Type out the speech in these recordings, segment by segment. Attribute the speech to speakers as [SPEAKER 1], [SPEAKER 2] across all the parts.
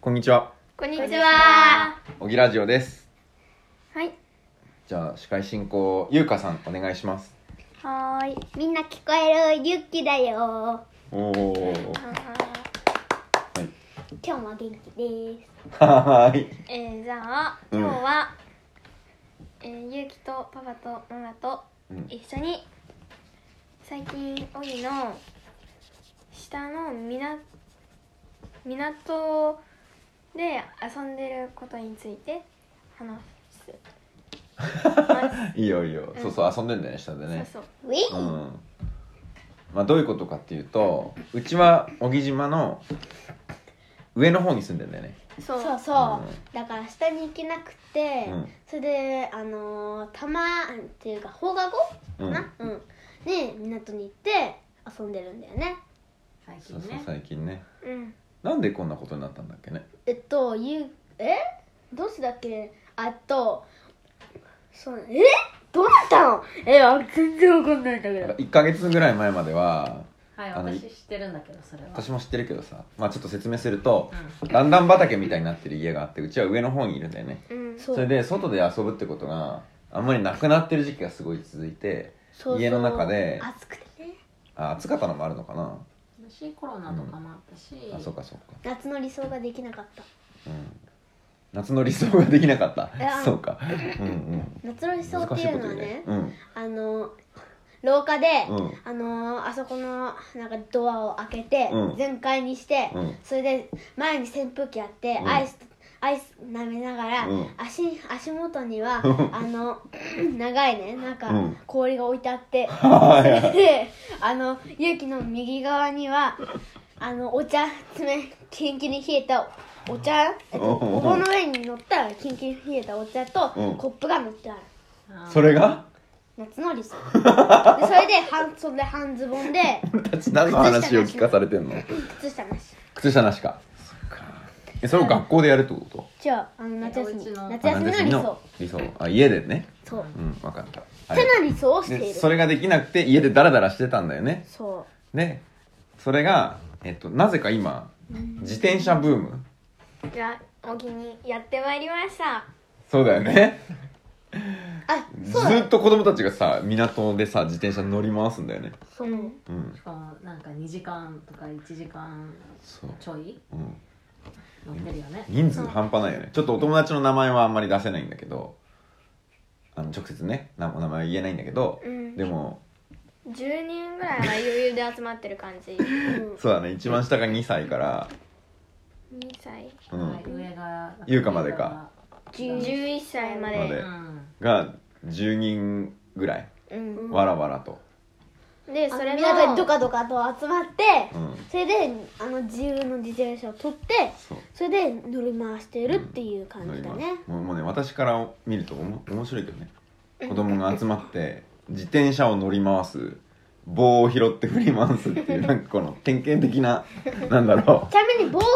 [SPEAKER 1] こんにちは。
[SPEAKER 2] こんに
[SPEAKER 3] こん
[SPEAKER 2] ち
[SPEAKER 3] にち
[SPEAKER 2] は
[SPEAKER 3] は。
[SPEAKER 1] 小木ラジオです。
[SPEAKER 2] はい。
[SPEAKER 1] じゃあ司会進行ゆうかさんお願いします。
[SPEAKER 2] はーい。みんな聞こえるユッキだよ。
[SPEAKER 1] おお。
[SPEAKER 2] はい。今日も元気です。
[SPEAKER 1] はーい。
[SPEAKER 3] えー、じゃあ
[SPEAKER 1] うん
[SPEAKER 3] 今日は、えー、ゆうきとパパとママと
[SPEAKER 1] うん
[SPEAKER 3] 一緒に最近おぎの下のみな港で遊んでることについて話 す、
[SPEAKER 1] いいよいいよ。
[SPEAKER 3] うん
[SPEAKER 1] そうそう遊んでんだよね下でね。
[SPEAKER 3] そう
[SPEAKER 2] ウィ
[SPEAKER 1] うん。まあどういうことかっていうと、うちは小木島の上の方に住んでんだよね。
[SPEAKER 3] そうそ
[SPEAKER 2] そう
[SPEAKER 3] う
[SPEAKER 2] そう、だから下に行けなくて、
[SPEAKER 1] うん
[SPEAKER 2] それであのーたまっていうか放課後
[SPEAKER 1] う
[SPEAKER 2] か
[SPEAKER 1] ん。
[SPEAKER 2] なうん、で港に行って遊んでるんだよね
[SPEAKER 4] 最近
[SPEAKER 1] そうそう
[SPEAKER 4] ね
[SPEAKER 1] 最近ね。
[SPEAKER 3] うん
[SPEAKER 1] なんでこんなことになったんだっけね。
[SPEAKER 2] えっとゆえどうしてだっけあとそうえどうなったのえあ全然わかんないんだけ
[SPEAKER 1] なんか
[SPEAKER 2] ど
[SPEAKER 1] 一ヶ月ぐらい前までは
[SPEAKER 4] はい
[SPEAKER 1] あの
[SPEAKER 4] 私知ってるんだけどそれは
[SPEAKER 1] 私も知ってるけどさ、まあちょっと説明すると
[SPEAKER 4] う。ん
[SPEAKER 1] 段々畑みたいになってる家があってうちは上の方にいるんだよね
[SPEAKER 3] うん
[SPEAKER 2] そ
[SPEAKER 1] それで外で遊ぶってことがあんまりなくなってる時期がすごい続いて
[SPEAKER 2] そうそう
[SPEAKER 1] 家の中で
[SPEAKER 2] 暑くてね
[SPEAKER 1] あ暑かったのもあるのかな
[SPEAKER 4] 私コロナとかもあったし、
[SPEAKER 1] あそうかそうか、
[SPEAKER 2] 夏の理想ができなかった
[SPEAKER 1] うん、夏の理想ができなかった
[SPEAKER 2] いや
[SPEAKER 1] そうかうんうん
[SPEAKER 2] 夏の理想っていうのはね
[SPEAKER 1] うん
[SPEAKER 2] あの廊下で、
[SPEAKER 1] うん
[SPEAKER 2] あのあそこのなんかドアを開けて、
[SPEAKER 1] うん
[SPEAKER 2] 全開にして、
[SPEAKER 1] うん
[SPEAKER 2] それで前に扇風機やって、
[SPEAKER 1] うん
[SPEAKER 2] アイスアイス舐めながら、
[SPEAKER 1] うん
[SPEAKER 2] 足足元 には
[SPEAKER 1] うん
[SPEAKER 2] あの 長いねなんか
[SPEAKER 1] うん
[SPEAKER 2] 氷が置いてあ って、
[SPEAKER 1] はいはい
[SPEAKER 2] それであの勇気の右側にはあのお茶冷キンキンに冷えたお茶えっと
[SPEAKER 1] おうおう
[SPEAKER 2] ここの上に乗ったらキンキンに冷えたお茶と、
[SPEAKER 1] うん
[SPEAKER 2] コップが乗ってある。
[SPEAKER 4] あー
[SPEAKER 1] それが
[SPEAKER 2] 夏の 理想でそれで半袖半ズボンで
[SPEAKER 1] 俺たち何の話を聞かされてんの
[SPEAKER 2] 靴下なし
[SPEAKER 1] 靴下なしかそっかえそれを学校でやるってこと
[SPEAKER 2] じゃああの夏休
[SPEAKER 4] お
[SPEAKER 2] み
[SPEAKER 4] 家の
[SPEAKER 2] 夏休みの理想
[SPEAKER 1] 理想あ家でね
[SPEAKER 2] そう
[SPEAKER 1] うん分かったあ
[SPEAKER 2] 手
[SPEAKER 1] れ
[SPEAKER 2] の理想をしてい
[SPEAKER 1] で
[SPEAKER 2] る
[SPEAKER 1] それができなくて家でダラダラしてたんだよね
[SPEAKER 2] そ
[SPEAKER 1] でそれが、えっと、なぜか今自転車ブーム
[SPEAKER 3] じゃあおぎにやってまいりました
[SPEAKER 1] そうだよね
[SPEAKER 2] うあ
[SPEAKER 1] ず
[SPEAKER 2] そうだ
[SPEAKER 1] ーっと子供たちがさ港でさ自転車乗り回すんだよね
[SPEAKER 2] そう
[SPEAKER 1] うん
[SPEAKER 4] しかもなんか2時間とか1時間
[SPEAKER 1] そう、
[SPEAKER 4] ちょい
[SPEAKER 1] うん、
[SPEAKER 4] 乗ってるよね
[SPEAKER 1] 人数半端ないよねちょっとお友達の名前はあんまり出せないんだけどあの直接ねなお名前は言えないんだけど、
[SPEAKER 3] うん
[SPEAKER 1] でも
[SPEAKER 3] 10人ぐらいは余裕で集まってる感じ
[SPEAKER 1] そうだね一番下が2歳から、
[SPEAKER 3] 2歳
[SPEAKER 1] うん
[SPEAKER 4] はい、上が
[SPEAKER 1] 優香までか
[SPEAKER 3] 11歳まで
[SPEAKER 1] まで
[SPEAKER 4] 上がうん
[SPEAKER 1] が10人ぐらい
[SPEAKER 3] うん、
[SPEAKER 1] わらわらと、
[SPEAKER 3] でそ
[SPEAKER 2] そ
[SPEAKER 3] れ
[SPEAKER 2] れ
[SPEAKER 3] の
[SPEAKER 2] みんなでドカドカと集まって、
[SPEAKER 1] うん、
[SPEAKER 2] それであの自由の自転車を取って
[SPEAKER 1] そう
[SPEAKER 2] それで乗り回してるっていう感
[SPEAKER 1] 乗
[SPEAKER 2] じ
[SPEAKER 1] り
[SPEAKER 2] だ
[SPEAKER 1] ます
[SPEAKER 2] ね、
[SPEAKER 1] もうもうね私から見るとおも面白いけどね子供が集まって自転車を乗り回す棒を拾って振り回すって いうなんかこの典型的ななんだろ
[SPEAKER 2] ちなみに棒を振り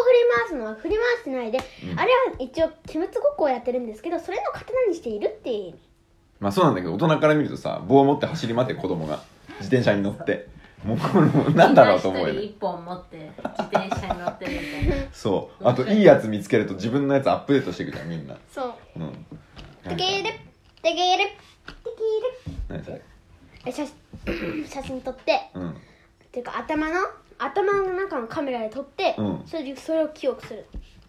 [SPEAKER 2] 回すのは振り回してないで、
[SPEAKER 1] うん
[SPEAKER 2] あれは一応鬼滅ごっこをやってるんですけどそれの刀にしているっていう
[SPEAKER 1] うまあそうなんだけど大人から見るとさ棒を持って走り回って子供が自転車に乗ってもうこのなんだろうと思うよ
[SPEAKER 4] みんな
[SPEAKER 1] ね
[SPEAKER 4] 一人1本持って自転車に乗ってるみたいな
[SPEAKER 1] そうあといいやつ見つけると自分のやつアップデートしていくじゃんみんな
[SPEAKER 3] そう
[SPEAKER 1] うん
[SPEAKER 2] テケール
[SPEAKER 1] なんか
[SPEAKER 2] テケールテケール
[SPEAKER 1] 何それ
[SPEAKER 2] え写写真 撮って
[SPEAKER 1] うん
[SPEAKER 2] っていうか頭の頭の中のカメラで撮って、
[SPEAKER 1] うん
[SPEAKER 2] それでそれを記憶する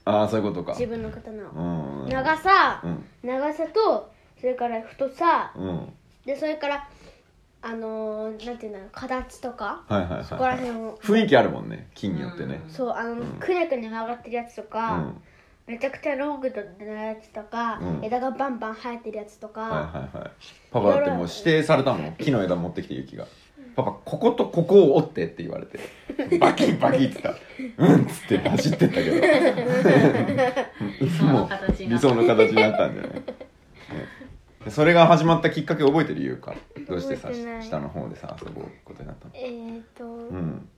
[SPEAKER 1] ああそういうことか
[SPEAKER 2] 自分の刀を、
[SPEAKER 1] うん
[SPEAKER 2] 長さ、
[SPEAKER 1] うん
[SPEAKER 2] 長さとそれから太さ
[SPEAKER 1] うんはい
[SPEAKER 2] でそれからあのー、なんていうんだろう形とか
[SPEAKER 1] はいはい
[SPEAKER 2] そこら
[SPEAKER 1] はい
[SPEAKER 2] 辺を
[SPEAKER 1] 雰囲気あるもんね木によってね
[SPEAKER 2] そうあの、
[SPEAKER 1] ん
[SPEAKER 2] くねくね曲がってるやつと
[SPEAKER 1] う
[SPEAKER 2] か、
[SPEAKER 1] ん
[SPEAKER 2] めちゃくちゃロングなやつとか、
[SPEAKER 1] うん
[SPEAKER 2] 枝がバンバン生えてるやつとか、
[SPEAKER 1] はいはいはいパパだってもう指定されたもん木の枝持ってきてユキが「パパこことここを折って」って言われてバ キバキって言ったら「うん」っつって走ってったけどもう理想の形になったんじゃない、 ねでそれが始まったきっかけ覚えてるゆうかどうしてさ
[SPEAKER 3] 覚えてない
[SPEAKER 1] 下の方でさ遊ぶことになったの
[SPEAKER 3] えー、っと、
[SPEAKER 1] うん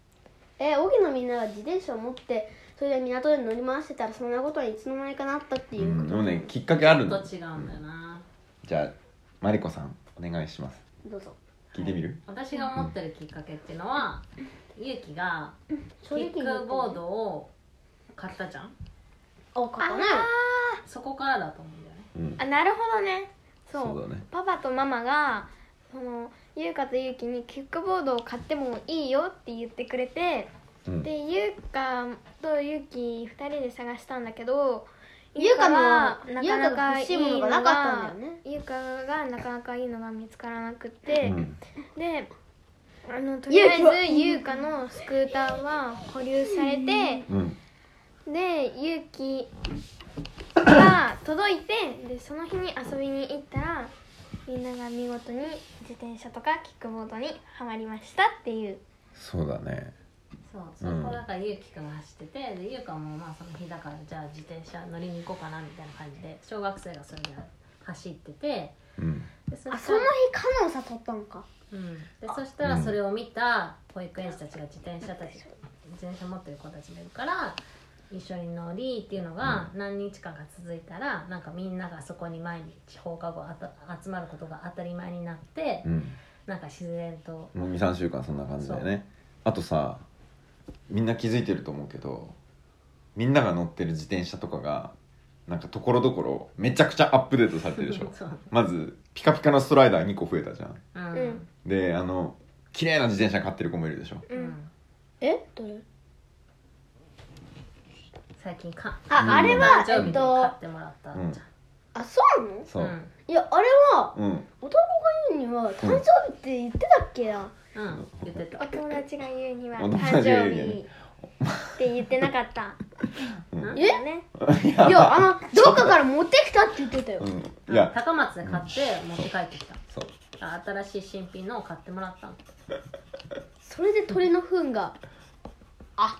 [SPEAKER 2] えー、荻野みんなが自転車を持ってそれで港で乗り回してたらそんなことにいつの間にかなったっていうう、
[SPEAKER 1] んでもねきっかけある
[SPEAKER 4] ちょ
[SPEAKER 1] の
[SPEAKER 4] っと違うんだよな
[SPEAKER 1] じゃあマリコさんお願いします
[SPEAKER 2] どうぞ
[SPEAKER 1] 聞いてみる、
[SPEAKER 4] 私が思ってるきっかけっていうのはゆうきがキ
[SPEAKER 2] 正直に言
[SPEAKER 4] ッ
[SPEAKER 2] うとね
[SPEAKER 4] クボードを買ったじゃん
[SPEAKER 2] 多かったね
[SPEAKER 4] そこからだと思うんだよね
[SPEAKER 1] うん
[SPEAKER 3] あなるほどねそう
[SPEAKER 1] そうだね
[SPEAKER 3] パパとママがそのゆうかとゆうきにキックボードを買ってもいいよって言ってくれて
[SPEAKER 1] うん
[SPEAKER 3] でゆうかとゆうき2人で探したんだけど
[SPEAKER 2] ゆうかの
[SPEAKER 3] はなかな
[SPEAKER 2] ゆうか
[SPEAKER 3] か
[SPEAKER 2] が欲し
[SPEAKER 3] い
[SPEAKER 2] い
[SPEAKER 3] い
[SPEAKER 2] も
[SPEAKER 3] の
[SPEAKER 2] のが
[SPEAKER 3] が
[SPEAKER 2] なかったんだよね
[SPEAKER 3] ゆうかがなかなかいいのが見つからなくて、
[SPEAKER 1] うん
[SPEAKER 3] であのとりあ
[SPEAKER 2] ゆう
[SPEAKER 3] え
[SPEAKER 2] きは
[SPEAKER 3] ずゆうかのスクーターは保留されて
[SPEAKER 1] うん
[SPEAKER 3] でゆうき が届いてでその日に遊びに行ったらみんなが見事に自転車とかキックボードにはまりましたっていう
[SPEAKER 1] そうだね
[SPEAKER 4] そうそこだからゆうきくんが走っててでゆうかもまあその日だからじゃあ自転車乗りに行こうかなみたいな感じで小学生がそれで走ってて
[SPEAKER 1] うん
[SPEAKER 4] でそしたら
[SPEAKER 2] あその日カノン誘ったのか
[SPEAKER 4] うん、でそしたらそれを見た保育園児たちが自転車たち自転車持ってる子たちがいるから一緒に乗りっていうのが何日間か続いたらなんかみんながそこに毎日放課後あた集まることが当たり前になって
[SPEAKER 1] うん
[SPEAKER 4] なんか自然と
[SPEAKER 1] もう23週間そんな感じだよねあとさみんな気づいてると思うけどみんなが乗ってる自転車とかがなんかところどころめちゃくちゃアップデートされてるでしょ
[SPEAKER 4] そう
[SPEAKER 1] まずピカピカのストライダー2個増えたじゃん
[SPEAKER 4] うん
[SPEAKER 3] ん
[SPEAKER 1] であの綺麗な自転車買ってる子もいるでしょ
[SPEAKER 3] う
[SPEAKER 4] うんん
[SPEAKER 2] えどれ
[SPEAKER 4] 最近か
[SPEAKER 2] あ、
[SPEAKER 1] うん
[SPEAKER 2] あれは
[SPEAKER 4] 誕生日
[SPEAKER 2] えっ
[SPEAKER 4] に買
[SPEAKER 2] と
[SPEAKER 4] ってもらった
[SPEAKER 1] うん
[SPEAKER 4] じゃん
[SPEAKER 2] あそうなの
[SPEAKER 1] そう、
[SPEAKER 2] いやあれは
[SPEAKER 1] うん、
[SPEAKER 2] 男が言うには誕生日って言ってたっけな、
[SPEAKER 4] うん、うん、言って
[SPEAKER 3] お
[SPEAKER 4] た
[SPEAKER 3] 友達が言うには
[SPEAKER 1] お友達
[SPEAKER 3] 誕
[SPEAKER 1] が言
[SPEAKER 3] 生
[SPEAKER 1] うには
[SPEAKER 3] 日って言ってなかった
[SPEAKER 1] うん
[SPEAKER 2] え
[SPEAKER 3] ね
[SPEAKER 2] いやあのどっかから持ってきたって言ってたよ、
[SPEAKER 1] う、
[SPEAKER 4] うん
[SPEAKER 1] い
[SPEAKER 4] ん
[SPEAKER 1] や
[SPEAKER 4] 高松で買って持って帰ってきた
[SPEAKER 1] そう
[SPEAKER 4] あ新しい新品のを買ってもらっ たの
[SPEAKER 2] それで鳥の糞が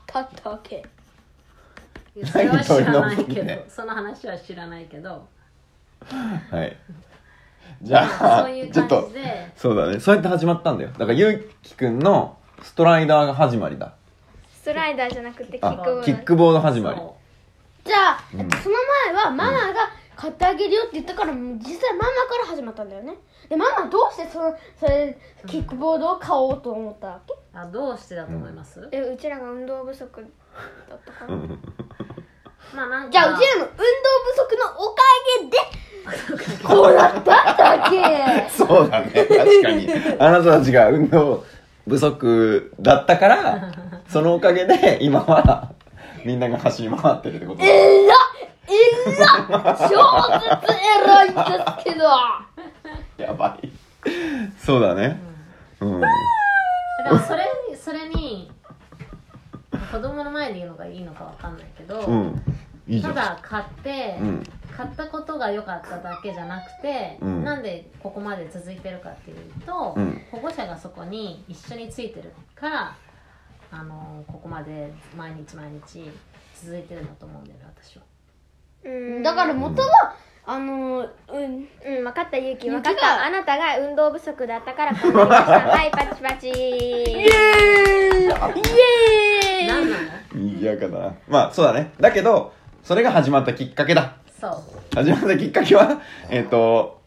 [SPEAKER 2] 当たったわけ
[SPEAKER 4] いやそれは知らない
[SPEAKER 1] 鳥
[SPEAKER 4] け
[SPEAKER 1] の
[SPEAKER 4] ど、
[SPEAKER 1] ね
[SPEAKER 4] その話は知らないけど
[SPEAKER 1] はいじゃあ
[SPEAKER 4] そういう
[SPEAKER 1] ちょ
[SPEAKER 4] 感
[SPEAKER 1] っと
[SPEAKER 4] じで
[SPEAKER 1] そうだねそうやって始まったんだよだからゆうきくんのストライダーが始まりだ
[SPEAKER 3] ストライダーじゃなくてキックボー
[SPEAKER 1] あ
[SPEAKER 3] ド
[SPEAKER 1] キックボード始まり
[SPEAKER 4] そ
[SPEAKER 2] じゃあ、
[SPEAKER 1] うん
[SPEAKER 2] えっとその前はママが買ってあげるよって言ったからもう実際ママから始まったんだよねでママどうしてそのそれキックボードを買おうと思ったわけ、
[SPEAKER 4] うあどうしてだと思います、
[SPEAKER 3] えうちらが運動不足だったから、
[SPEAKER 1] うん
[SPEAKER 4] まあなんか
[SPEAKER 2] じゃあうちらの運動不足のおかげでこうなったんだっけ
[SPEAKER 1] そうだね確かにあなたたちが運動不足だったからそのおかげで今はみんなが走り回ってるってことだ、
[SPEAKER 2] えらえら超絶えらいんですけど
[SPEAKER 1] やばいそうだねうん
[SPEAKER 4] でもそれにそれに子供の前で言うのがいいのかわかんないけど、
[SPEAKER 1] うんいいじゃ
[SPEAKER 4] た
[SPEAKER 1] ん
[SPEAKER 4] だ買って、
[SPEAKER 1] うん
[SPEAKER 4] 買ったことが良かっただけじゃなくて、
[SPEAKER 1] うん
[SPEAKER 4] なんでここまで続いてるかっていうと、
[SPEAKER 1] うん
[SPEAKER 4] 保護者がそこに一緒についてるから、あのここまで毎日毎日続いてるんだと思うんだよね私は。
[SPEAKER 3] う ん
[SPEAKER 2] だから元は、あのうん
[SPEAKER 3] うん、分かった、ゆうき。分かっ
[SPEAKER 2] ゆうきが
[SPEAKER 3] た。あなたが運動不足だったから、こうなりました。はい、パチパチ。
[SPEAKER 2] イエーイイエーイ
[SPEAKER 4] 何なの
[SPEAKER 1] いいやかなまあそうだねだけどそれが始まったきっかけだ
[SPEAKER 4] そう
[SPEAKER 1] 始まったきっかけはえっ、と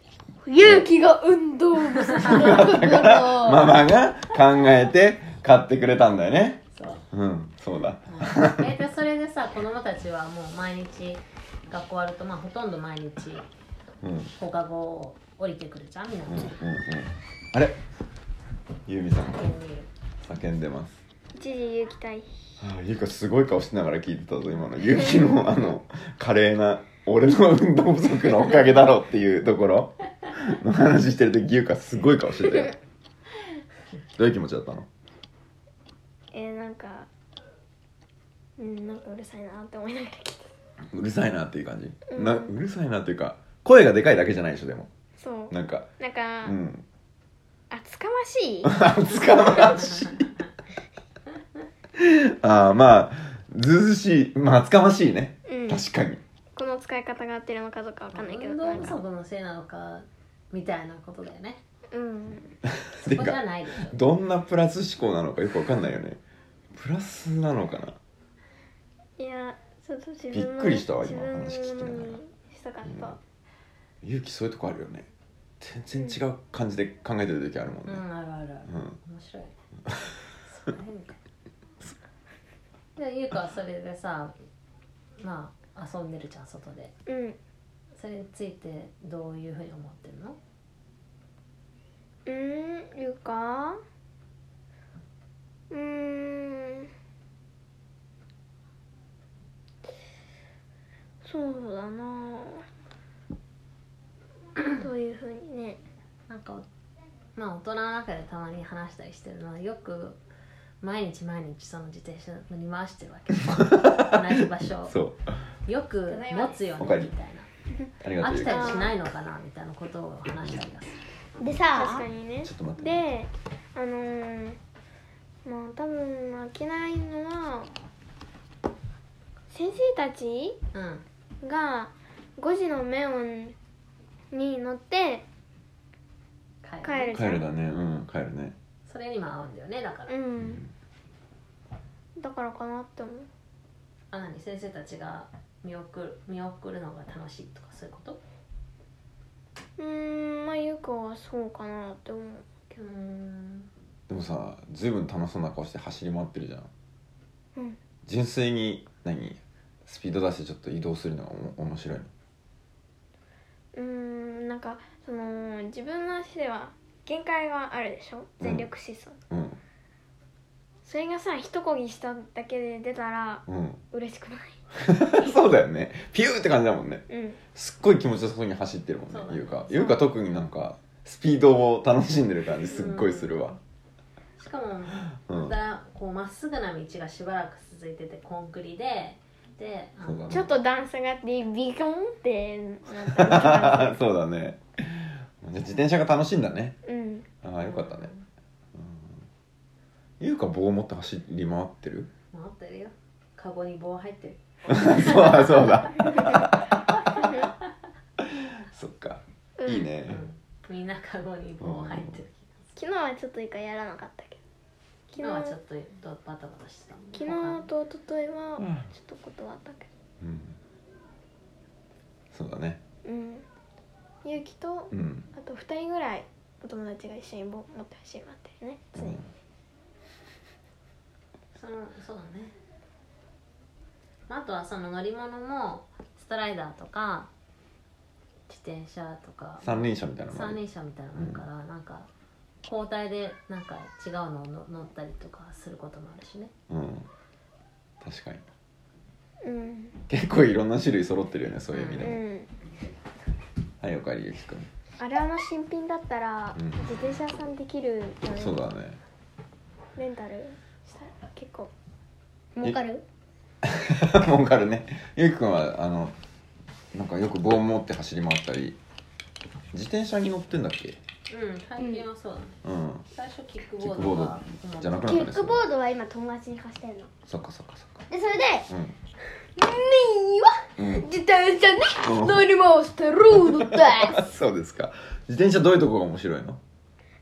[SPEAKER 2] 勇気が運動不足だったか
[SPEAKER 1] から
[SPEAKER 2] ら
[SPEAKER 1] ママが考えて買ってくれたんだよね
[SPEAKER 4] そう
[SPEAKER 1] うんそうだ
[SPEAKER 4] えでそれでさ子供たちはもう毎日学校終わるとまあほとんど毎日
[SPEAKER 1] うんうんうんうん
[SPEAKER 4] 放課後降りてくるじゃんみんな
[SPEAKER 1] あれゆうみさんが
[SPEAKER 4] 叫んでいる
[SPEAKER 1] 叫んでます
[SPEAKER 3] 一時ゆうき対比。
[SPEAKER 1] ああゆうかすごい顔しながら聞いてたぞ今のゆうきのあの華麗な俺の運動不足のおかげだろっていうところの話してる時ゆうかすごい顔してたよどういう気持ちだったの
[SPEAKER 3] えー、なんか、うん、なんかうるさいなって思いながら聞いて。
[SPEAKER 1] うるさいなっていう感じ、なうるさいなっていうか声がでかいだけじゃないでしょでも
[SPEAKER 3] そう。
[SPEAKER 1] なんか
[SPEAKER 3] なんか、
[SPEAKER 1] うん
[SPEAKER 3] 厚かましい
[SPEAKER 1] 厚かま しいああまあずうずうしいまあ厚かましいね、
[SPEAKER 3] うん。
[SPEAKER 1] 確かに
[SPEAKER 3] この使い方が合ってるのかどうかわかんないけど、
[SPEAKER 4] 運
[SPEAKER 3] な
[SPEAKER 4] 動
[SPEAKER 3] ん
[SPEAKER 4] 不
[SPEAKER 3] か、
[SPEAKER 4] 足のせいなのかみたいなことだよね
[SPEAKER 3] うん。
[SPEAKER 4] そ
[SPEAKER 1] て
[SPEAKER 4] こじゃ
[SPEAKER 1] か
[SPEAKER 4] ないでしょ
[SPEAKER 1] どんなプラス思考なのかよくわかんないよねプラスなのかない
[SPEAKER 3] や、ちょっと自分の。
[SPEAKER 1] びっくりしたわ
[SPEAKER 3] 自
[SPEAKER 1] 今
[SPEAKER 3] 分の
[SPEAKER 1] 話聞いて
[SPEAKER 3] も
[SPEAKER 1] ながら
[SPEAKER 3] のにしたかった。
[SPEAKER 1] 勇気そういうとこあるよね全然違う感じで考えてる時あるもん
[SPEAKER 4] う
[SPEAKER 1] ね
[SPEAKER 4] んあるあるある
[SPEAKER 1] うん、
[SPEAKER 4] 面白いねそこら辺みたいなでゆうかはそれでさまあ遊んでるじゃん外で
[SPEAKER 3] うん
[SPEAKER 4] それについてどういうふうに思ってるの
[SPEAKER 3] うんいうかうーんそうだな どういうふうにね
[SPEAKER 4] なんかまあ大人の中でたまに話したりしてるのはよく毎日毎日その自転車乗り回してるわけ同じ場 所
[SPEAKER 1] そう
[SPEAKER 4] よく持つよ
[SPEAKER 1] おかえ
[SPEAKER 4] ね
[SPEAKER 1] り
[SPEAKER 4] みたい
[SPEAKER 1] あり
[SPEAKER 4] な
[SPEAKER 1] がと
[SPEAKER 4] 飽
[SPEAKER 1] うゆうきち
[SPEAKER 4] きたりしないのかなみたいなことを話したりがす
[SPEAKER 2] でさ
[SPEAKER 3] 確かにね
[SPEAKER 1] ょっと待ってね
[SPEAKER 3] であのーまあ多分飽きないのは先生たち
[SPEAKER 4] るうん
[SPEAKER 3] が5時のメオンに乗って
[SPEAKER 4] 帰る
[SPEAKER 3] 帰るじ
[SPEAKER 1] 帰
[SPEAKER 3] ゃん
[SPEAKER 1] るだねうん帰るね
[SPEAKER 4] それにも合うんだよねだから、
[SPEAKER 3] うんだからかなって思う
[SPEAKER 4] あ何先生たちが見送る見送るのが楽しいとかそういうこと
[SPEAKER 3] うーんまあゆうかはそうかなって思う
[SPEAKER 4] うん
[SPEAKER 1] でもさずいぶん楽しそうな顔して走り回ってるじゃん、
[SPEAKER 3] うん
[SPEAKER 1] 純粋に何スピード出してちょっと移動するのがおも面白いの
[SPEAKER 3] うーんなんかその自分の足では限界があるでしょ全力疾走、
[SPEAKER 1] うん
[SPEAKER 3] それがさ一こぎしただけで出たら
[SPEAKER 1] うん
[SPEAKER 3] 嬉しくない
[SPEAKER 1] そうだよねピューって感じだもんね
[SPEAKER 3] うん
[SPEAKER 1] すっごい気持ちよさそうに走ってるもんね
[SPEAKER 4] そうだね
[SPEAKER 1] ゆうか
[SPEAKER 4] そう
[SPEAKER 1] ゆうか特になんかスピードを楽しんでる感じすっごいするわ
[SPEAKER 4] しかも
[SPEAKER 1] うん、
[SPEAKER 4] またこうまっすぐな道がしばらく続いててコンクリでであ
[SPEAKER 1] そうだ
[SPEAKER 4] の
[SPEAKER 1] ね
[SPEAKER 3] ちょっと段差があってビコンってなった
[SPEAKER 1] そうだねじゃあ自転車が楽しいんだね
[SPEAKER 3] うん
[SPEAKER 1] ああよかったねゆうか棒持って走り回ってる
[SPEAKER 4] 回ってるよカゴに棒入ってる
[SPEAKER 1] そうだそうだそっか
[SPEAKER 3] うん
[SPEAKER 1] いいね
[SPEAKER 4] みんなカゴに棒入ってる
[SPEAKER 3] 昨日はちょっと一回やらなかったけ
[SPEAKER 4] 昨日
[SPEAKER 3] ど
[SPEAKER 4] はち
[SPEAKER 3] 昨
[SPEAKER 4] ょっとバタバタしてたもんね
[SPEAKER 3] 日
[SPEAKER 4] 他
[SPEAKER 3] 昨
[SPEAKER 4] に
[SPEAKER 3] 日と一昨日は
[SPEAKER 1] うん
[SPEAKER 3] ちょっと断ったけ
[SPEAKER 1] うんそうだね
[SPEAKER 3] どうんゆうきと
[SPEAKER 1] うん
[SPEAKER 3] あと2人ぐらいお友達が一緒に棒持って走り回ってるね常に
[SPEAKER 4] そのそうだねあとはその乗り物もストライダーとか自転車とか
[SPEAKER 1] 三輪車みたいなも
[SPEAKER 4] 三
[SPEAKER 1] ん
[SPEAKER 4] 輪車みたいなのあるから、なんか交代でなんか違うのを乗乗ったりとかすることもあるしね
[SPEAKER 1] うん確かに
[SPEAKER 3] うん
[SPEAKER 1] 結構いろんな種類揃ってるよねそういう意味で
[SPEAKER 3] う
[SPEAKER 1] も、
[SPEAKER 3] ん
[SPEAKER 1] はいおかえりゆきくん
[SPEAKER 3] あれあの新品だったら
[SPEAKER 1] うん
[SPEAKER 3] 自転車屋さんできるよね
[SPEAKER 1] そうだね
[SPEAKER 3] レンタルしたら結構
[SPEAKER 2] 儲かる
[SPEAKER 1] 儲かるねゆうきくんはあのなんかよく棒持って走り回ったり自転車に乗ってんだっけ
[SPEAKER 4] うん最近はそうだね、
[SPEAKER 1] うん
[SPEAKER 4] 最初キック
[SPEAKER 1] キッ
[SPEAKER 4] ボー
[SPEAKER 1] ク
[SPEAKER 4] ド
[SPEAKER 1] ボー
[SPEAKER 4] が
[SPEAKER 1] ドじゃなく
[SPEAKER 2] キ
[SPEAKER 1] なった
[SPEAKER 2] ッ
[SPEAKER 1] ね
[SPEAKER 2] クボードは今友達に貸してるの
[SPEAKER 1] そっかそっかそっか
[SPEAKER 2] でそれで
[SPEAKER 1] うん
[SPEAKER 2] メインは
[SPEAKER 1] うん
[SPEAKER 2] 自転車に
[SPEAKER 1] うん
[SPEAKER 2] 乗り回してルー ルで す
[SPEAKER 1] そうですか自転車どういうとこが面白いの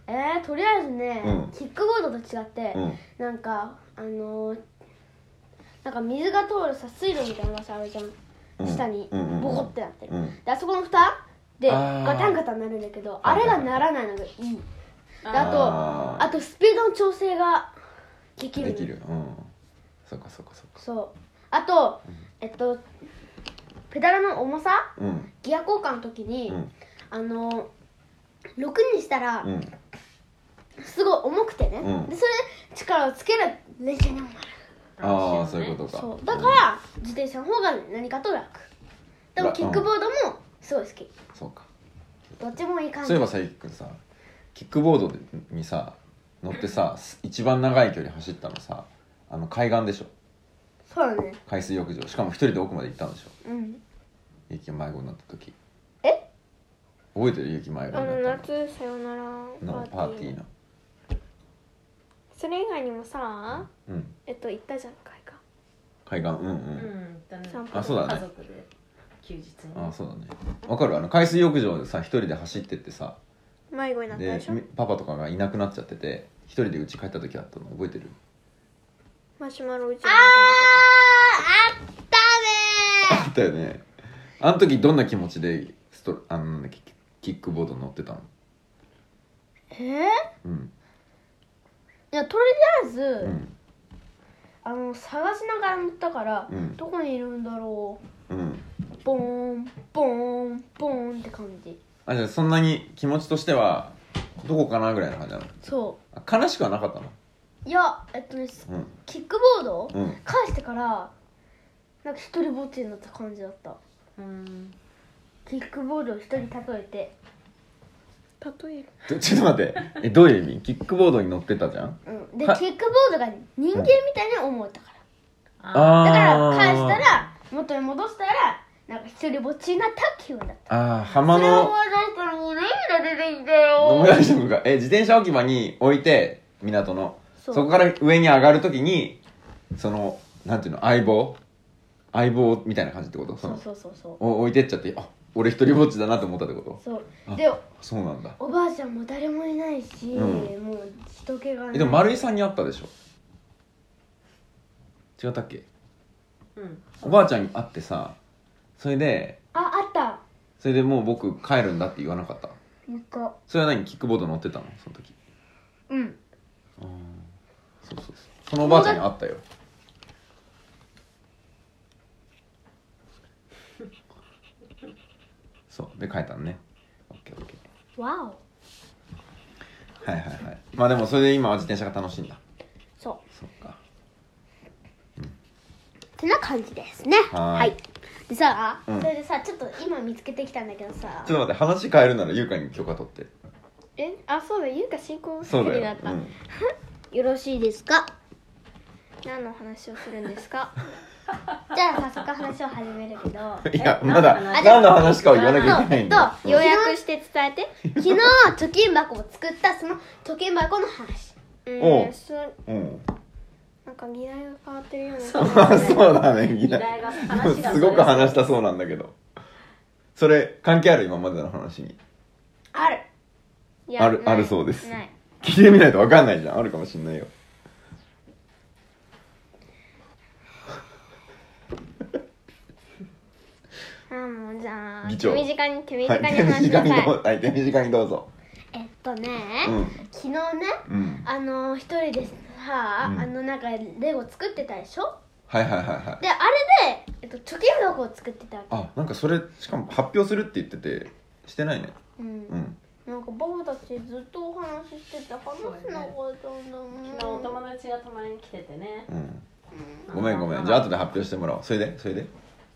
[SPEAKER 2] えー、とりあえずね、
[SPEAKER 1] うん
[SPEAKER 2] キックボードと違って、
[SPEAKER 1] うん
[SPEAKER 2] なんかあのー、なんか水が通るさ水路みたいなのがさあるじゃん
[SPEAKER 1] うん
[SPEAKER 2] 下に
[SPEAKER 1] うんうんうん
[SPEAKER 2] ボコってなってる、
[SPEAKER 1] うん
[SPEAKER 2] であそこの蓋で
[SPEAKER 1] あー
[SPEAKER 2] ガタンガタンなるんだけどあれがならないのがいいであと
[SPEAKER 1] あー
[SPEAKER 2] あとスピードの調整ができる
[SPEAKER 1] できるうんそっかそっかそっか
[SPEAKER 2] そうあとえっとペダルの重さ
[SPEAKER 1] うん
[SPEAKER 2] ギア交換の時に、
[SPEAKER 1] うん
[SPEAKER 2] あの6にしたら
[SPEAKER 1] うん
[SPEAKER 2] すごい重くてね、
[SPEAKER 1] うん
[SPEAKER 2] でそれで力をつける練習にもなる
[SPEAKER 1] ああ
[SPEAKER 4] 楽し
[SPEAKER 1] そう
[SPEAKER 4] よね
[SPEAKER 1] いうことか
[SPEAKER 2] そうだから自転車の方が何かと楽でもキックボードもすごい好き
[SPEAKER 1] そうか
[SPEAKER 2] どっちもいい感じ
[SPEAKER 1] そういえばさゆきくんさキックボードにさ乗ってさす一番長い距離走ったのさあの海岸でしょ
[SPEAKER 2] そうだね
[SPEAKER 1] 海水浴場しかも一人で奥まで行ったんでしょ
[SPEAKER 2] うん
[SPEAKER 1] ゆきが迷子になった時
[SPEAKER 2] え
[SPEAKER 1] 覚えてるゆき迷子にな
[SPEAKER 3] あの
[SPEAKER 1] った
[SPEAKER 3] 夏さよなら
[SPEAKER 1] ののパ
[SPEAKER 3] パー
[SPEAKER 1] ー
[SPEAKER 3] テ
[SPEAKER 1] テ
[SPEAKER 3] ィ
[SPEAKER 1] ィー
[SPEAKER 3] ー
[SPEAKER 1] の
[SPEAKER 3] それ以外にもさ
[SPEAKER 1] うん
[SPEAKER 3] えっと行ったじゃん海岸
[SPEAKER 1] 海岸うんう、
[SPEAKER 4] うんんだね
[SPEAKER 3] 散歩
[SPEAKER 1] あそうだね
[SPEAKER 4] 家族で休日に
[SPEAKER 1] ああそうだねわかるあの海水浴場でさ一人で走ってってさ
[SPEAKER 3] 迷子になった
[SPEAKER 1] で
[SPEAKER 3] でしょ
[SPEAKER 1] みパパとかがいなくなっちゃってて一人で家帰った時あったの覚えてる
[SPEAKER 3] マシュマロうち
[SPEAKER 2] あーあったね
[SPEAKER 1] あったよねあの時どんな気持ちでストあのなんだっけキキックボード乗ってたの
[SPEAKER 2] え
[SPEAKER 1] うん
[SPEAKER 2] ー、いやとりあえず、
[SPEAKER 1] うん
[SPEAKER 2] あの探しながら乗ったから、
[SPEAKER 1] うん
[SPEAKER 2] どこにいるんだろう
[SPEAKER 1] うん
[SPEAKER 2] ボーンボーンボーンって感じ
[SPEAKER 1] あじゃあそんなに気持ちとしてはどこかなぐらいの感じなの
[SPEAKER 2] そ
[SPEAKER 1] あ悲しくはなかったの
[SPEAKER 2] ういやえっとね
[SPEAKER 1] うん
[SPEAKER 2] キックボードを
[SPEAKER 1] うん
[SPEAKER 2] 返してからなんか一人ぼっちになった感じだった
[SPEAKER 4] うん
[SPEAKER 2] キックボードを人に例えて
[SPEAKER 3] 例える
[SPEAKER 1] どちょっと待ってえどういう意味キックボードに乗ってたじゃん
[SPEAKER 2] うん、で、
[SPEAKER 1] はい
[SPEAKER 2] キックボードが人間みたいに思えたから、
[SPEAKER 1] あー
[SPEAKER 2] だから返したら元に戻したらなんか一人ぼっちになった気分だった
[SPEAKER 1] ああ浜
[SPEAKER 2] それを思
[SPEAKER 1] の
[SPEAKER 2] い出したらもう涙出て
[SPEAKER 1] 飲
[SPEAKER 2] きた
[SPEAKER 1] み
[SPEAKER 2] よ
[SPEAKER 1] 会社がえ自転車置き場に置いて港の
[SPEAKER 2] そ
[SPEAKER 1] そうこから上に上がるときにそのなんていうの相棒相棒みたいな感じってことそ
[SPEAKER 2] そ
[SPEAKER 1] の
[SPEAKER 2] うそうそうそう
[SPEAKER 1] お置いてっちゃってあ俺一人ぼっちだなって思ったってこと
[SPEAKER 2] そう
[SPEAKER 1] あ
[SPEAKER 2] で
[SPEAKER 1] そうなんだ
[SPEAKER 2] おばあちゃんも誰もいないし、
[SPEAKER 1] う
[SPEAKER 2] もう人気がない
[SPEAKER 1] えでも丸井さんに会ったでしょ違ったっけ
[SPEAKER 4] うん
[SPEAKER 1] おばあちゃんに会ってさそれで
[SPEAKER 2] ああった
[SPEAKER 1] それでもう僕帰るんだって言わなかった
[SPEAKER 2] もう一個
[SPEAKER 1] それは何キックボード乗ってたのその時
[SPEAKER 2] うん
[SPEAKER 1] そうそうそうそのおばあちゃんに会ったよそうで帰ったのねオッケーオッケ
[SPEAKER 2] わ
[SPEAKER 1] ーはいはいはいまあでもそれで今は自転車が楽しいんだ
[SPEAKER 2] おそう
[SPEAKER 1] そっか
[SPEAKER 2] ってな感じですね
[SPEAKER 1] はーい
[SPEAKER 2] でさ、
[SPEAKER 1] うん
[SPEAKER 2] それでさちょっと今見つけてきたんだけどさ
[SPEAKER 1] ちょっと待って話変えるなら優香に許可取って
[SPEAKER 3] えあそうだ優香進行す
[SPEAKER 1] そ
[SPEAKER 3] る
[SPEAKER 1] う
[SPEAKER 3] よう
[SPEAKER 1] だ
[SPEAKER 3] にな
[SPEAKER 1] よ
[SPEAKER 3] っ、
[SPEAKER 1] う
[SPEAKER 3] た、
[SPEAKER 1] ん、
[SPEAKER 2] よろしいですか
[SPEAKER 3] 何の話をするんで すか
[SPEAKER 2] じゃあ早速話を始めるけ ど
[SPEAKER 1] いや
[SPEAKER 4] え
[SPEAKER 1] まだ
[SPEAKER 4] 何の話
[SPEAKER 1] 何の話かを言わなきゃいけないんだ
[SPEAKER 2] そう
[SPEAKER 1] よ
[SPEAKER 3] 要約して伝えて
[SPEAKER 2] 昨日貯金箱を作ったその貯金箱の話
[SPEAKER 1] お
[SPEAKER 3] う
[SPEAKER 1] うん
[SPEAKER 3] そう
[SPEAKER 1] うん
[SPEAKER 3] なんか議題が変わってるような
[SPEAKER 4] そう
[SPEAKER 1] そうだねい
[SPEAKER 4] 議
[SPEAKER 1] きな
[SPEAKER 4] 題が
[SPEAKER 1] もう
[SPEAKER 4] 話が
[SPEAKER 1] すごく話したそうなんだけどそれ関係ある今までの話に
[SPEAKER 2] ある
[SPEAKER 3] いや
[SPEAKER 1] ある
[SPEAKER 3] ない
[SPEAKER 1] あるそうです
[SPEAKER 3] ない
[SPEAKER 1] 聞いてみないと分かんないじゃんあるかもしんないよ
[SPEAKER 3] あもうじゃあ
[SPEAKER 1] 議長
[SPEAKER 3] 手短に手
[SPEAKER 1] は
[SPEAKER 3] 短
[SPEAKER 1] い
[SPEAKER 3] に
[SPEAKER 1] 手
[SPEAKER 3] 話し
[SPEAKER 1] 短
[SPEAKER 3] な
[SPEAKER 1] に
[SPEAKER 3] さい、
[SPEAKER 1] どうはい手短にどうぞ
[SPEAKER 2] えっとね、
[SPEAKER 1] うん
[SPEAKER 2] 昨日ね
[SPEAKER 1] うん
[SPEAKER 2] あの一人でさ、
[SPEAKER 1] うん
[SPEAKER 2] あのなんかレゴ作ってたでしょ
[SPEAKER 1] はいはいはいはい
[SPEAKER 2] であれで、えっと、貯金箱を作ってたわけ
[SPEAKER 1] あなんかそれしかも発表するって言っててしてないね
[SPEAKER 2] うん
[SPEAKER 1] うん
[SPEAKER 2] なんかパパたちずっとお話ししてて話
[SPEAKER 4] そう
[SPEAKER 2] せな
[SPEAKER 4] だ
[SPEAKER 2] か
[SPEAKER 4] よ
[SPEAKER 2] っ
[SPEAKER 4] ね
[SPEAKER 2] たんだもん
[SPEAKER 4] 昨日お友達が泊まりに来ててね
[SPEAKER 1] うんごめんごめんじゃあ後で発表してもらおうそれでそれで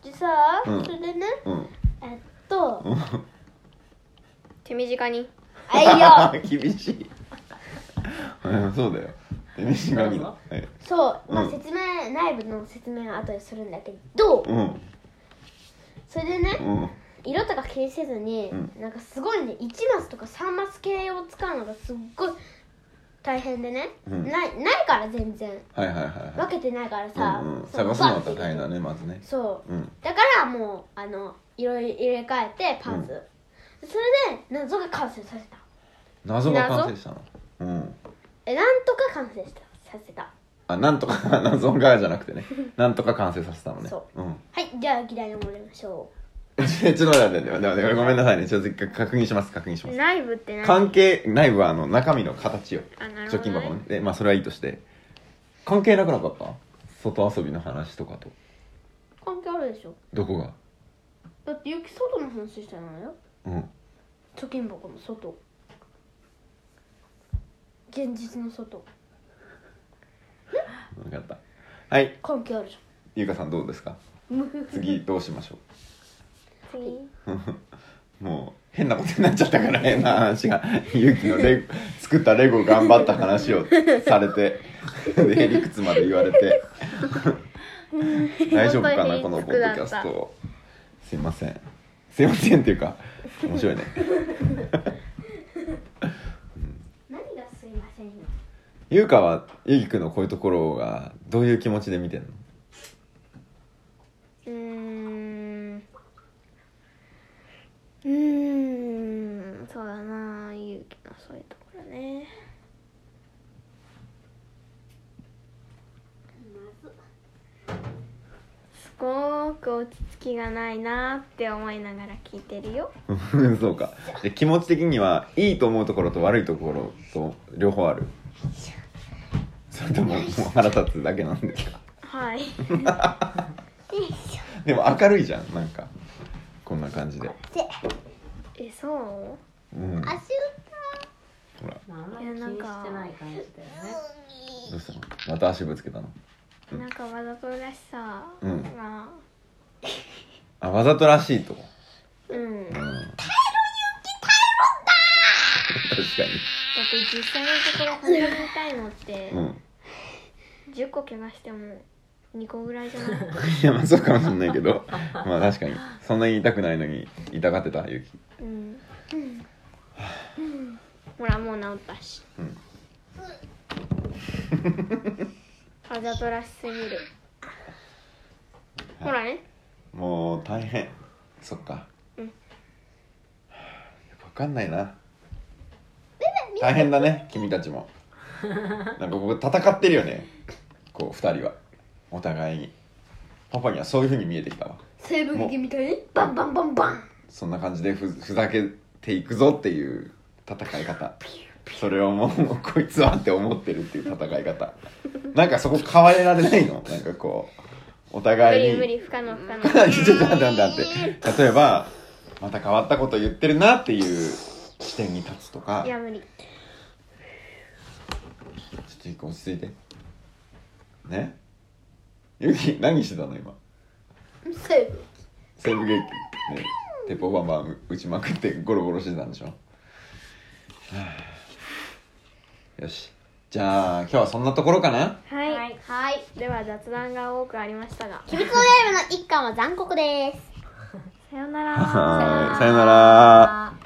[SPEAKER 2] でさ、
[SPEAKER 1] うん
[SPEAKER 2] それでね
[SPEAKER 1] うん
[SPEAKER 2] えっと
[SPEAKER 1] うん
[SPEAKER 3] 手短に
[SPEAKER 2] あいよ
[SPEAKER 1] 厳しいうんそうだよ手短にだはい
[SPEAKER 2] そう、ま
[SPEAKER 1] う
[SPEAKER 2] あ、
[SPEAKER 1] ん
[SPEAKER 2] 説明内部の説明は後でするんだけど
[SPEAKER 1] うん
[SPEAKER 2] それでね
[SPEAKER 1] うん
[SPEAKER 2] 色とか気にせずに、
[SPEAKER 1] うん
[SPEAKER 2] なんかすごいね1マスとか3マス系を使うのがすっごい大変でね、
[SPEAKER 1] うん
[SPEAKER 2] ないないから全然
[SPEAKER 1] はいはいはいは
[SPEAKER 2] 分
[SPEAKER 1] い
[SPEAKER 2] けてないからさ、
[SPEAKER 1] うんうん
[SPEAKER 2] その
[SPEAKER 1] 探すのは大変だねまずね
[SPEAKER 2] そう
[SPEAKER 1] うん
[SPEAKER 2] だからもうあのいろいろ入れ替えてパーツ、それで謎が完成させた
[SPEAKER 1] 謎が完成したのうん
[SPEAKER 2] えなんとか完成したさせた
[SPEAKER 1] あなんとか 謎がじゃなくてねなんとか完成させたのね、
[SPEAKER 2] そう
[SPEAKER 1] ん、
[SPEAKER 2] はいじゃあ議題に戻りましょ
[SPEAKER 1] ちょちょっと待って待って待って待ってごめんなさいねちょっと一回確認します確認します
[SPEAKER 3] 内部って何
[SPEAKER 1] 関係内部はあの中身の形よ
[SPEAKER 3] あなるほ
[SPEAKER 1] 貯
[SPEAKER 3] ど
[SPEAKER 1] 金
[SPEAKER 3] ね
[SPEAKER 1] 箱ねでまあそれはいいとして関係なくなかった外遊びの話とかと
[SPEAKER 2] う関係あるでしょ
[SPEAKER 1] どこが
[SPEAKER 2] だってゆき外の話してないよ
[SPEAKER 1] うん
[SPEAKER 2] 貯金箱の外現実の外
[SPEAKER 1] 分かったはい
[SPEAKER 2] 関係あるじ
[SPEAKER 1] ゆうかさんどうですか
[SPEAKER 2] ゃん
[SPEAKER 1] 次どうしましょ
[SPEAKER 3] 次
[SPEAKER 1] うもう変なことになっちゃったから変な話がゆうきのレゴ作ったレゴ頑張った話をされてで理屈まで言われて大丈夫かなこのポッドキャストすいませんすいませんっていうか面白いね
[SPEAKER 2] 何がすいませんよ
[SPEAKER 1] 優香はゆうきくんのこういうところがどういう気持ちで見てんの
[SPEAKER 3] うーんうーんそうだな勇気のそういうところねすごく落ち着きがないなって思いながら聞いてるよ
[SPEAKER 1] うん そうかで気持ち的にはいいと思うところと悪いところと両方あるそれとももう腹立つだけなんですか
[SPEAKER 3] はい
[SPEAKER 1] でも明るいじゃんなんかこんな感じで
[SPEAKER 3] えそう
[SPEAKER 1] うんほ
[SPEAKER 2] 足
[SPEAKER 1] ら
[SPEAKER 4] まあ、あんまり気にしてない感じだよね
[SPEAKER 1] どうしたのまた足ぶつけたの
[SPEAKER 3] なんかわざとらしさ
[SPEAKER 1] うん
[SPEAKER 3] が
[SPEAKER 1] あわざとらしいとこ
[SPEAKER 3] うん
[SPEAKER 1] う
[SPEAKER 3] だ
[SPEAKER 1] ん耐え
[SPEAKER 3] っ
[SPEAKER 1] る勇気耐
[SPEAKER 3] て実際のところ本当に痛いのって
[SPEAKER 1] えるんだ確かにうん
[SPEAKER 3] 10個怪我しても2個ぐらいじゃない
[SPEAKER 1] いやまあそうかもしんないけどまあ確かにそんなに痛くないのに痛がってたゆき
[SPEAKER 3] うん、うん、ほらもう治ったし
[SPEAKER 1] うん
[SPEAKER 3] わざとらしすぎるほらね
[SPEAKER 1] もう大変そっか
[SPEAKER 3] うん
[SPEAKER 1] はあわかんないな大変だね君たちもなんかここ戦ってるよねこう二人はお互いにパパにはそういうふうに見えてきたわ
[SPEAKER 2] 西部劇みたいにバンバンバンバン
[SPEAKER 1] そんな感じでふふざけていくぞっていう戦い方それをもうこいつはって思ってるっていう戦い方なんかそこ変われられないのなんかこうお
[SPEAKER 3] 無
[SPEAKER 1] 互い
[SPEAKER 3] 理
[SPEAKER 1] に
[SPEAKER 3] 無理不可能不可能
[SPEAKER 1] ちょっと待って待って待って例えばまた変わったこと言ってるなっていう視点に立つとか
[SPEAKER 3] いや無理
[SPEAKER 1] ちょっと一個落ち着いてねゆき何してたの今
[SPEAKER 2] 西部
[SPEAKER 1] 西部劇ね鉄砲バンバン打ちまくってゴロゴロしてたんでしょ、はあよしじゃあ今日はそんなところかな
[SPEAKER 3] はい、
[SPEAKER 4] はい
[SPEAKER 2] はい
[SPEAKER 3] では雑談が多くありましたが
[SPEAKER 2] 鬼滅の刃の一巻は残酷です
[SPEAKER 3] さようなら
[SPEAKER 1] はーいさよなら
[SPEAKER 4] あー